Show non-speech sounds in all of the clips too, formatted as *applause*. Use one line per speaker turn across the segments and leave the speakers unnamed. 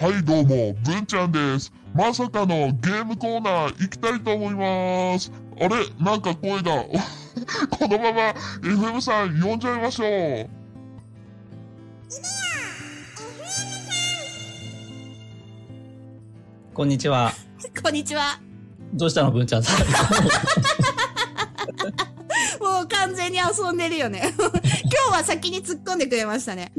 はい、どうも、ぶんちゃんです。まさかのゲームコーナー行きたいと思います。あれなんか声が。 *laughs* このまま FM さん呼んじゃいましょう。
こんにちは。
こんにちは。
どうしたの、文ちゃんさん。
もう完全に遊んでるよね。 *laughs* 今日は先に突っ込んでくれましたね。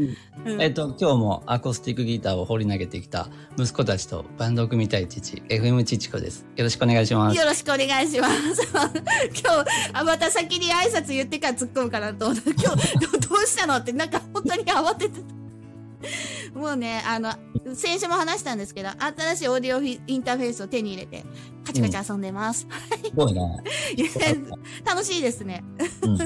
うん
えっと、今日もアコースティックギターを放り投げてきた息子たちとバンドを組みたい父、FM ちちこです。よろしくお願いします。
よろしくお願いします。 *laughs* 今日、あ、また先に挨拶言ってから突っ込むかなと思った。 *laughs* 今日、どどうしたのって、なんか本当に慌ててた。 *laughs* もうね、あの、先週も話したんですけど、新しいオーディオフィインターフェースを手に入れて、カチカチ遊んでます。
すごいな。
*laughs* 楽しいですね。
うん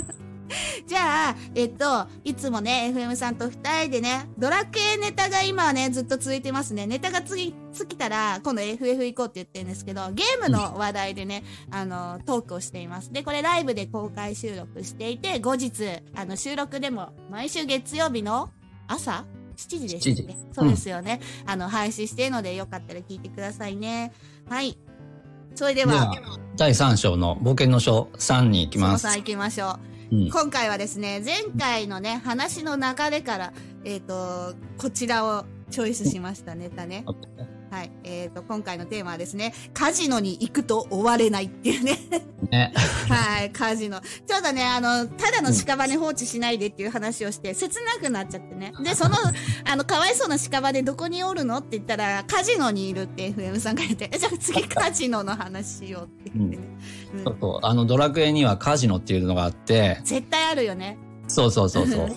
じゃあ、えっと、いつもね、FM さんと二人でね、ドラクエネタが今はね、ずっと続いてますね。ネタが次、尽きたら、今度 FF 行こうって言ってるんですけど、ゲームの話題でね、あの、トークをしています。で、これライブで公開収録していて、後日、あの、収録でも、毎週月曜日の朝 ?7 時でしたっけそうですよね。あの、配信してるので、よかったら聞いてくださいね。はい。それ
で
では
は、第3章の冒険の書3に行きま
その3
す。
行きましょう。
うん
今回はですね、前回のね、話の流れから、えっ、と、こちらをチョイスしましたネタね。はい。えっ、と、今回のテーマはですね、カジノに行くと終われないっていうね。
ね。
はい、カジノ。ちょっとね、あの、ただの屍放置しないでっていう話をして、切なくなっちゃってね。で、その、あの、かわいそうな屍どこにおるのって言ったら、カジノにいるって FM さんが言って、えじゃあ次カジノの話しようって言ってね。うん
そうそう。あの、ドラクエにはカジノっていうのがあって、
絶対あるよね。
そうそうそうそう。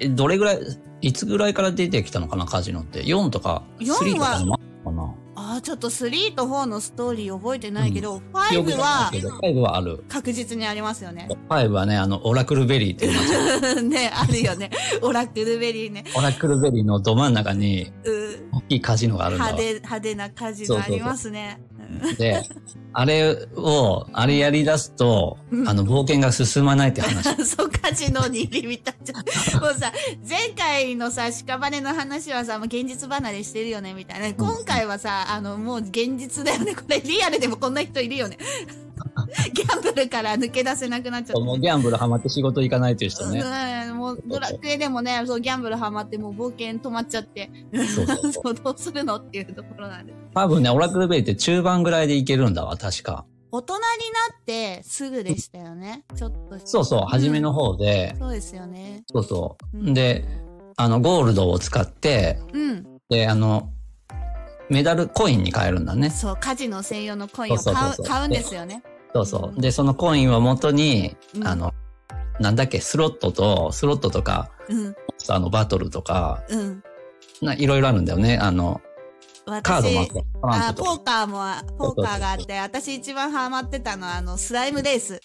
えどれぐらい、いつぐらいから出てきたのかな、カジノって。4とか、
4
3とかでもあったのか
ああ、ちょっと3と4のストーリー覚えてないけど、
な。記憶
5
がない
は
けど、5はある。
確実にありますよね。 *laughs*
5はね、あの、オラクルベリーっていうのが
ね、あるよね。オラクルベリーね。
オラクルベリーのど真ん中に
うー
大きいカジノがあるんだ
派
わ
手、派手なカジノありますね。
で、あれを、あれやり出すと、
うん
あの、冒険が進まないって
*laughs*
話。
*laughs* そうカジノに入り浸っちゃ
*laughs*
う。もうさ、前回のさ、屍の話はさ、もう現実離れしてるよね、みたいな。今回はさ、あの、もう現実だよね。これリアルでもこんな人いる
*laughs*
よね。ギャンブルから抜け出せなくなっちゃった。
もうギャンブルハマって仕事行かないという人ね。
うん、もうドラクエでもね、そうギャンブルハマって、もう冒険止まっちゃって、
そうそうそう。
そうどうするのっていうところなんで。
多分ね、オラクルベリーって中盤ぐらいでいけるんだわ、確か。
大人になってすぐでしたよね。ちょっと。
そうそう、初めの
方。
方で、
そうですよね。
そうそう。
ん
で、あの、ゴールドを使って、
うん。
で、あの、メダルコインに変えるんだね。
そう、カジノ専用のコインを
そう
買
そう
う
そうそう
買うんですよね。
そうそう。で、そのコインを元に、
うん
あの、なんだっけ、スロットと、スロットとか、
うん、
あの、バトルとか、
うん。
ないろいろあるんだよね。あの、
私
カードもあって、トラ
あ
ン、プと
ポ
か。
ーカーもあ、ポーカーがあって、私一番ハマってたのは、あの、スライムレース。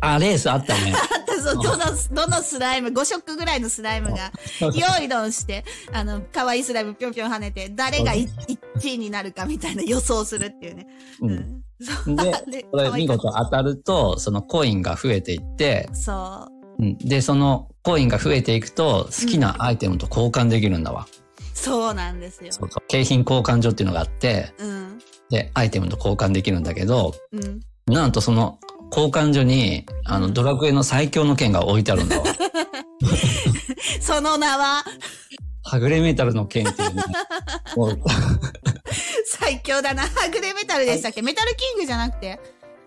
あ、レースあった
*laughs*
ね。
あったそう、どの、どのスライム、5色ぐらいのスライム
*laughs*
が、用意ドンして、あの、可愛いスライムぴょんぴょん跳ねて、誰がい1位になるかみたいな予想するっていうね。
う
うん
ん。で、
で
これ見事当たると、そのコインが増えていって、
そ
うんで、そのコインが増えていくと、好きなアイテムと交換できるんだわ。
う、そうなんですよ。
そうそう景品交換所っていうのがあって、
うん、
で、アイテムと交換できるんだけど、
うん。
なんとその交換所に、あの、ドラクエの最強の剣が置いてあるん
*laughs*
だわ。
その名は、
はぐれメタルの剣っていう
*laughs*
ね。もう、
最強だな。はぐれメタルでしたっけメタルキングじゃなくて。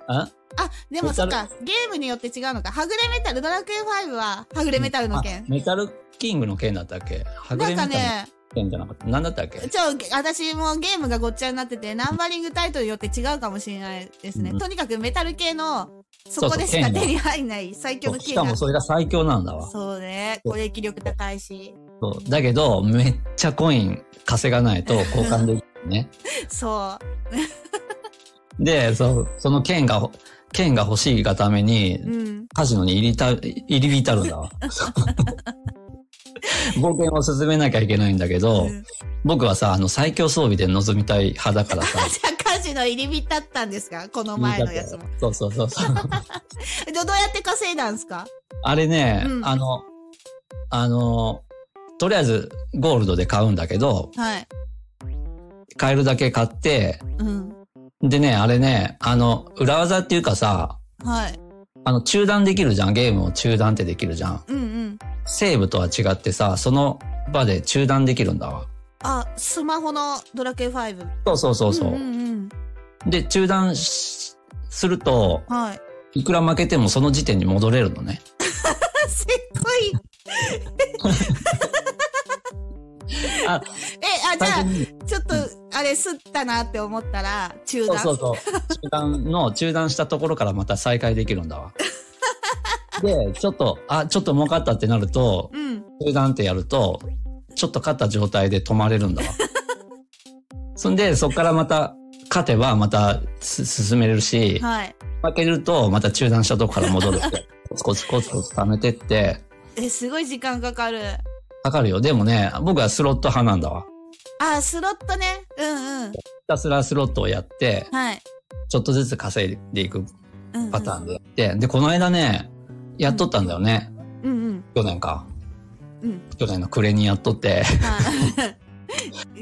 あ
あ、でも
メ
そ
タ
っ
ル
か、ゲームによって違うのか。はぐれメタル、ドラクエ5は、はぐれメタルの
あ
剣。
メタルキングの剣だったっけはぐ
な
れ
ん
メタ
か
ルの
ね、
剣じゃなかった。なんだったっけ
ちょ、私もゲームがごっちゃになってて、ナンバリングタイトルによって違うかもしれないですね。
うん
とにかくメタル系の、そこで
そうそう
しか
剣が
手に入んない最強の
し
剣
か
が。
もそれが最強なんだわ。
そうね。攻撃力高いし。
そうだけど、めっちゃコイン稼がないと交換できる
*laughs*
ね。
そ
で、そうその剣が、剣が欲しいがため
う。
に、
うん。
カジノに入りた、入り浸るんだ
*laughs*
わ。冒険を進めなきゃいけないんだけど、
うん
僕はさ、あの、最強装備で臨みたい派だからさ。
*laughs* じゃあ、カジノ入り浸ったんですかこの前のやつも。
そうそうそうそう。
えどどうやって稼いだんですか
あれね、
うん
あの、あの、とりあえずゴールドで買うんだけど、
はい。
買えるだけ買って、
うん。
でね、あれね、あの、裏技っていうかさ、
はい。
あの、中断できるじゃん。ゲームを中断ってできるじゃん。
うんうん。
セーブとは違ってさ、その場で中断できるんだわ。
あ、スマホのドラケイ5。
そうそうそうそう。
うんうん
で、中断しすると、
うん。はい。
いくら負けてもその時点に戻れるのね。
*laughs* すっごい。
あ、
え、あ、じゃ
最
あ
初、に
ちょっと、あれ、すったなって思ったら、
そ
中
う
断。
そうそう。中断の、中断したところからまた再開できるんだ *laughs* わ。で、ちょっと、あ、ちょっと儲かったってなると、
うん。
中断ってやると、ちょっと勝った状態で止まれる
*laughs*
んだわ。そんで、そっからまた、勝てばまたす進めれるし、
はい。
負けるとまた中断したとこから戻るって、コツコツコツコツ貯めてって、
え、すごい時間かかる。
かかるよ。でもね、僕はスロット派なんだわ。
あ、スロットね。うんうん。
ひたすらスロットをやって、
はい。
ちょっとずつ稼いでいく
うんうん
パターンでやって、で、この間ね、やっとったんだよね。
うんうん。
去年か。
うん。
去年の暮れにやっと
*laughs*
って。
はい
*laughs*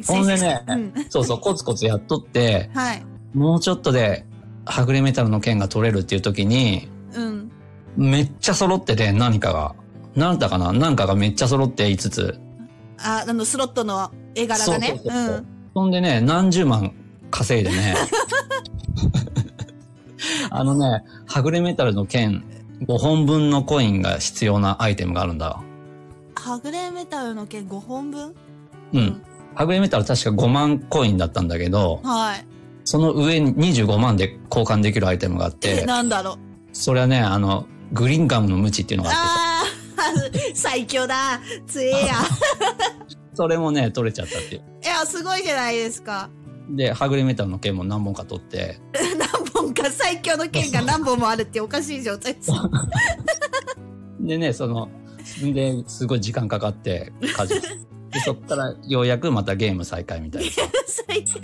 ほんでね
うん
そうそう、コツコツやっとって、
はい。
もうちょっとで、はぐれメタルの剣が取れるっていう時に、
うん。
めっちゃ揃ってて、何かが。なんだかな何かがめっちゃ揃って5つ。
あ、あの、スロットの絵柄がね。。
そうそううそうんそんでね、何十万稼いで
*laughs*
ね。あのね、はぐれメタルの剣5本分のコインが必要なアイテムがあるんだよ。
はぐれメタルの剣5本分
うん。はぐれメタル確か5万コインだったんだけど、
はい。
その上に25万で交換できるアイテムがあっ
え、
て、
*laughs* なんだろう。
それはね、あの、グリンガムのムチっていうのがあってさ、
あー *laughs* 最強だ。
*laughs*
強えや。
それもね、取れちゃったっていう。
いや、すごいじゃないですか。 *laughs*
で、はぐれメタルの剣も何本か取って、
何本か、最強の剣が何本もあるっておかしい状態です。
でね、その、で、すごい時間かかって、家
*laughs*
事。で、そっからようやくまたゲーム再開みたいなさ、
*laughs* 最強。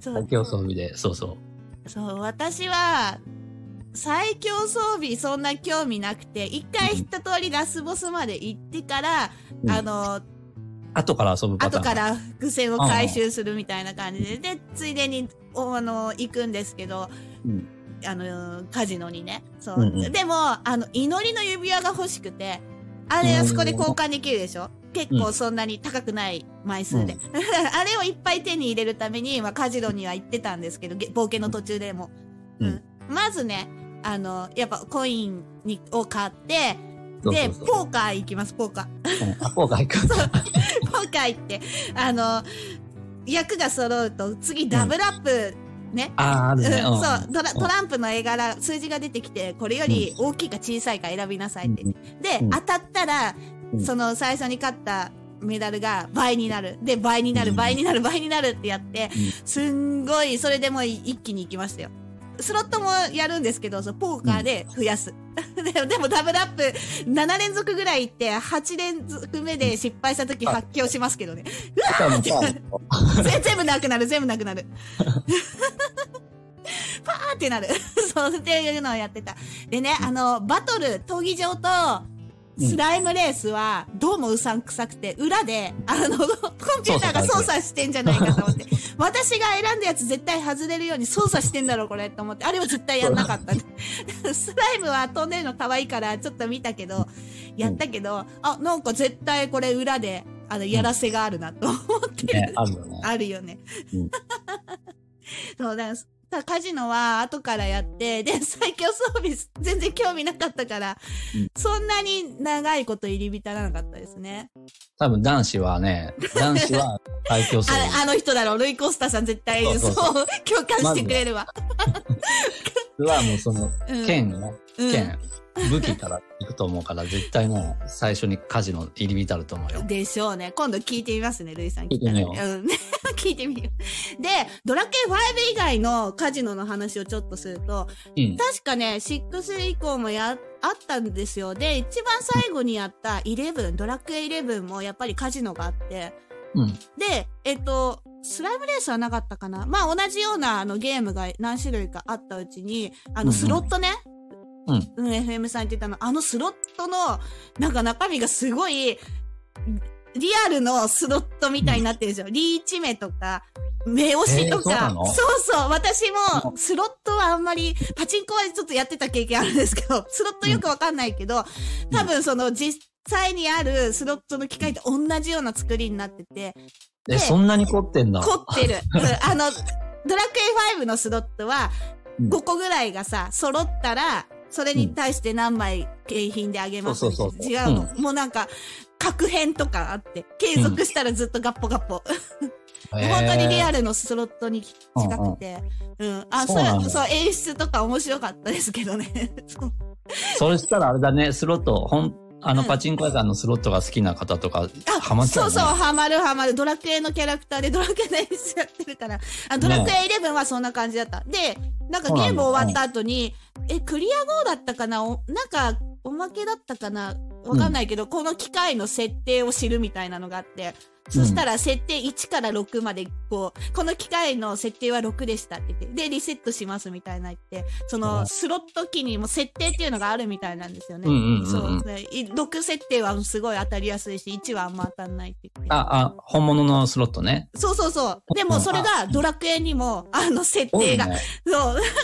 そ
競争日で、そうそう。
そう、私は、最強装備そんな興味なくて、一回一通りラスボスまで行ってから、
うん
あの、
後から遊ぶパター
後
ン。
から伏線を回収するみたいな感じで、で、ついでに、おあの、行くんですけど、
うん
あの、カジノにね。そう。
うんうん
でも、あの、祈りの指輪が欲しくて、あれ、あそこで交換できるでしょ結構そんなに高くない枚数で。
う
*laughs* あれをいっぱい手に入れるために、まあ、カジノには行ってたんですけど、げ冒険の途中でも。
うん
まずね、あの、やっぱコインにを買って、
そう
で、
そうそう
ポーカー行きます、ポーカー。
うんあ、後から行く。
ポーカー行って、あの、役が揃うと、次ダブルアップ、ね。
あー、あ
う
る
ん、
ね。うん
そうトラ、トランプの絵柄、数字が出てきて、これより大きいか小さいか選びなさいって。
うん
で、
うん
当たったら、
うん
その最初に勝ったメダルが倍になる。で、倍になる、
うん
倍になる、倍になるってやって
うん、
すんごい、それでもう一気に行きましたよ。スロットもやるんですけど、そのポーカーで増やす。 *laughs* ででもダブルアップ7連続ぐらいいって、8連続目で失敗した時
うん
発狂しますけどね。
だからもうさ
ぜ全部なくなる、全部なくなる。 *laughs* パーってなる。 *laughs* そう、っていうのをやってた。でね、あの、バトル、闘技場と、
うん
スライムレースは、どうもうさんくさくて、裏で、あの、コンピューターが操作してんじゃないかと思 *laughs* って、私が選んだやつ絶対外れるように操作してんだろ、これ、と思って、あれは絶対やんなかった。 *laughs* スライムは飛んでるの可愛いから、ちょっと見たけど、やったけど、あ、なんか絶対これ裏で、あの、やらせがあるな、と思ってる
ね、あるよね。
あるよね。
うん
*laughs* そうだから、カジノは後からやって、で、最強装備全然興味なかったから、
うん
そんなに長いこと入り浸らなかったですね。
多分男子はね、男子は最強する。
ああの人だろう、ルイ・コスタさん絶対
そう
そ
そううそ
共感してくれるわ。
はもうその、
うん
剣ね、
うん
剣、武器から行くと思うから、絶対もう最初にカジノ入り浸ると思うよ。
でしょうね。今度聞いてみますね、ルイさん
聞いてみよう
うん、 *laughs* 聞いてみよう。で、ドラケン5以外のカジノの話をちょっとすると、
うん。
確かね、6以降もや、あったんですよ。で、一番最後にやった11、ドラクエ11もやっぱりカジノがあって。
うん。
で、えっと、スライムレースはなかったかなまあ同じようなあのゲームが何種類かあったうちに、あ
うんう
の
ん
スロットね、
うん。
うん、FM さん言ってたの、あのスロットの、なんか中身がすごい、リアルのスロットみたいになってるんですよ。リーチ目とか、目押しと
えーそう
か。
なの
そうそう。私も、スロットはあんまり、パチンコはちょっとやってた経験あるんですけど、スロットよくわかんないけど、多分その実際にあるスロットの機械と同じような作りになってて、
え、そんなに凝ってんだ。
凝っ
*laughs*
てる。うんあの、ドラクエ5のスロットは、
うん
5個ぐらいがさ、揃ったら、それに対して何枚景品であげます
そうそうそうそう
違うの、もうなんか、格変とかあって、継続したらずっとガッポガッポ。
へー
*laughs* 本当にリアルのスロットに近くて。うん、あ、
そ
そう
なん
う
だ
そう、演出とか面白かったですけどね。 *laughs* そう
それしたらあれだね、スロット、ほん、あの、
うん
パチンコ屋さんのスロットが好きな方とか、
あ
ハマっちゃう
そう
ね
そう、ハマるハマる。ドラクエのキャラクターでドラクエの演出やってるから。あ、ドラクエ11はそんな感じだった。で、なんか
そう
ゲ
なんだ
ーム終わった後に、え、クリア後だったかなおなんか、おまけだったかなわかんないけど、この機械の設定を知るみたいなのがあって。そしたら設定1から6まで、こう、この機械の設定は6でしたって言って、で、リセットしますみたいな言って、そ
うん
の、スロット機にも設定っていうのがあるみたいなんですよね。
うんうんうんうん
そうですね。い6設定はすごい当たりやすいし、1はあんま当たんないって言って。
あ、あ、本物のスロットね。
そうそうそう。でもそれがドラクエにも、あの設
多
定
い
が。
ね。
そう。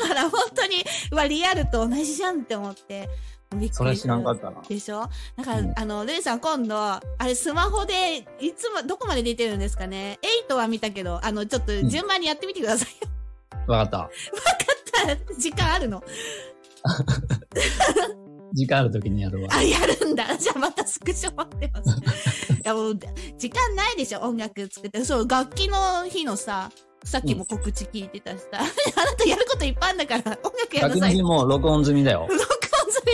だから本当に、うわ、リアルと同じじゃんって思って。びっ
そ
く
れ
り
知らんかったな。
でしょだから、
うん
あの、レイさん今度、あれスマホで、いつも、どこまで出てるんですかね ?8 は見たけど、あの、ちょっと
ん
順番にやってみてください *laughs* よ。
わかった。
時間あるの
時間ある時にやるわ。
あ、やるんだ。じゃあまたスクショ待って
*laughs*
ます。いやもう、時間ないでしょ音楽作って。そう、楽器の日のさ、さっきも告知聞いてたしさ、あなたやることいっぱいあんだから、音楽やんな
確
さい
認。もう録音済みだよ。
録音する。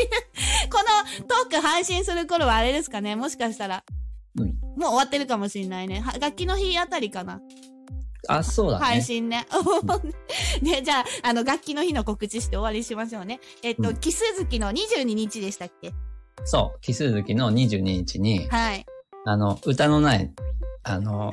このトーク配信する頃はあれですかねもしかしたら。
うん
もう終わってるかもしれないね。は楽器の日あたりかな。
あ、そうだ
配
ね。
信ね。 *laughs* ね、じゃあ、あの、楽器の日の告知して終わりしましょうね。えっと、
うん
キス月の22日でしたっけ
そう。奇数月の22日に、
はい。
あの、歌のない、あの、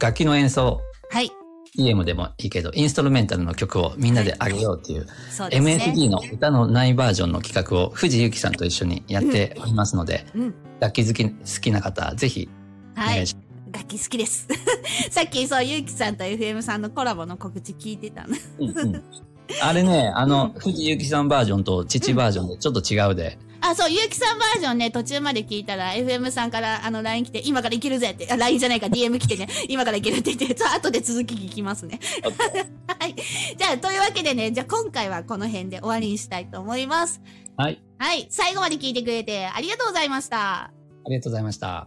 楽器の演奏、
はい。
EM でもいいけど、インストルメンタルの曲をみんなであげようっていう、
そうですね。
MSD の歌のないバージョンの企画を藤井由紀さんと一緒にやっておりますので、
うん。
楽器好き、好きな方、ぜひ、お
は
願
い
い。します。
楽器好きです。 *laughs* さっき、そう、ゆうきさんと FM さんのコラボの告知聞いてたの。
うんうんあれね、あの、
う
藤井由紀さんバージョンと父バージョンでちょっと違うで、
あ、そう、ゆうきさんバージョンね、途中まで聞いたら、FM さんから、あの、LINE 来て、今からいけるぜって、あ、LINE じゃないか、DM 来てね、今からいけるって言って、そう後で続き聞きますね。 *laughs* はい。じゃあ、というわけでね、じゃあ今回はこの辺で終わりにしたいと思います。
はい。
はい。最後まで聞いてくれてありがとうございました。
ありがとうございました。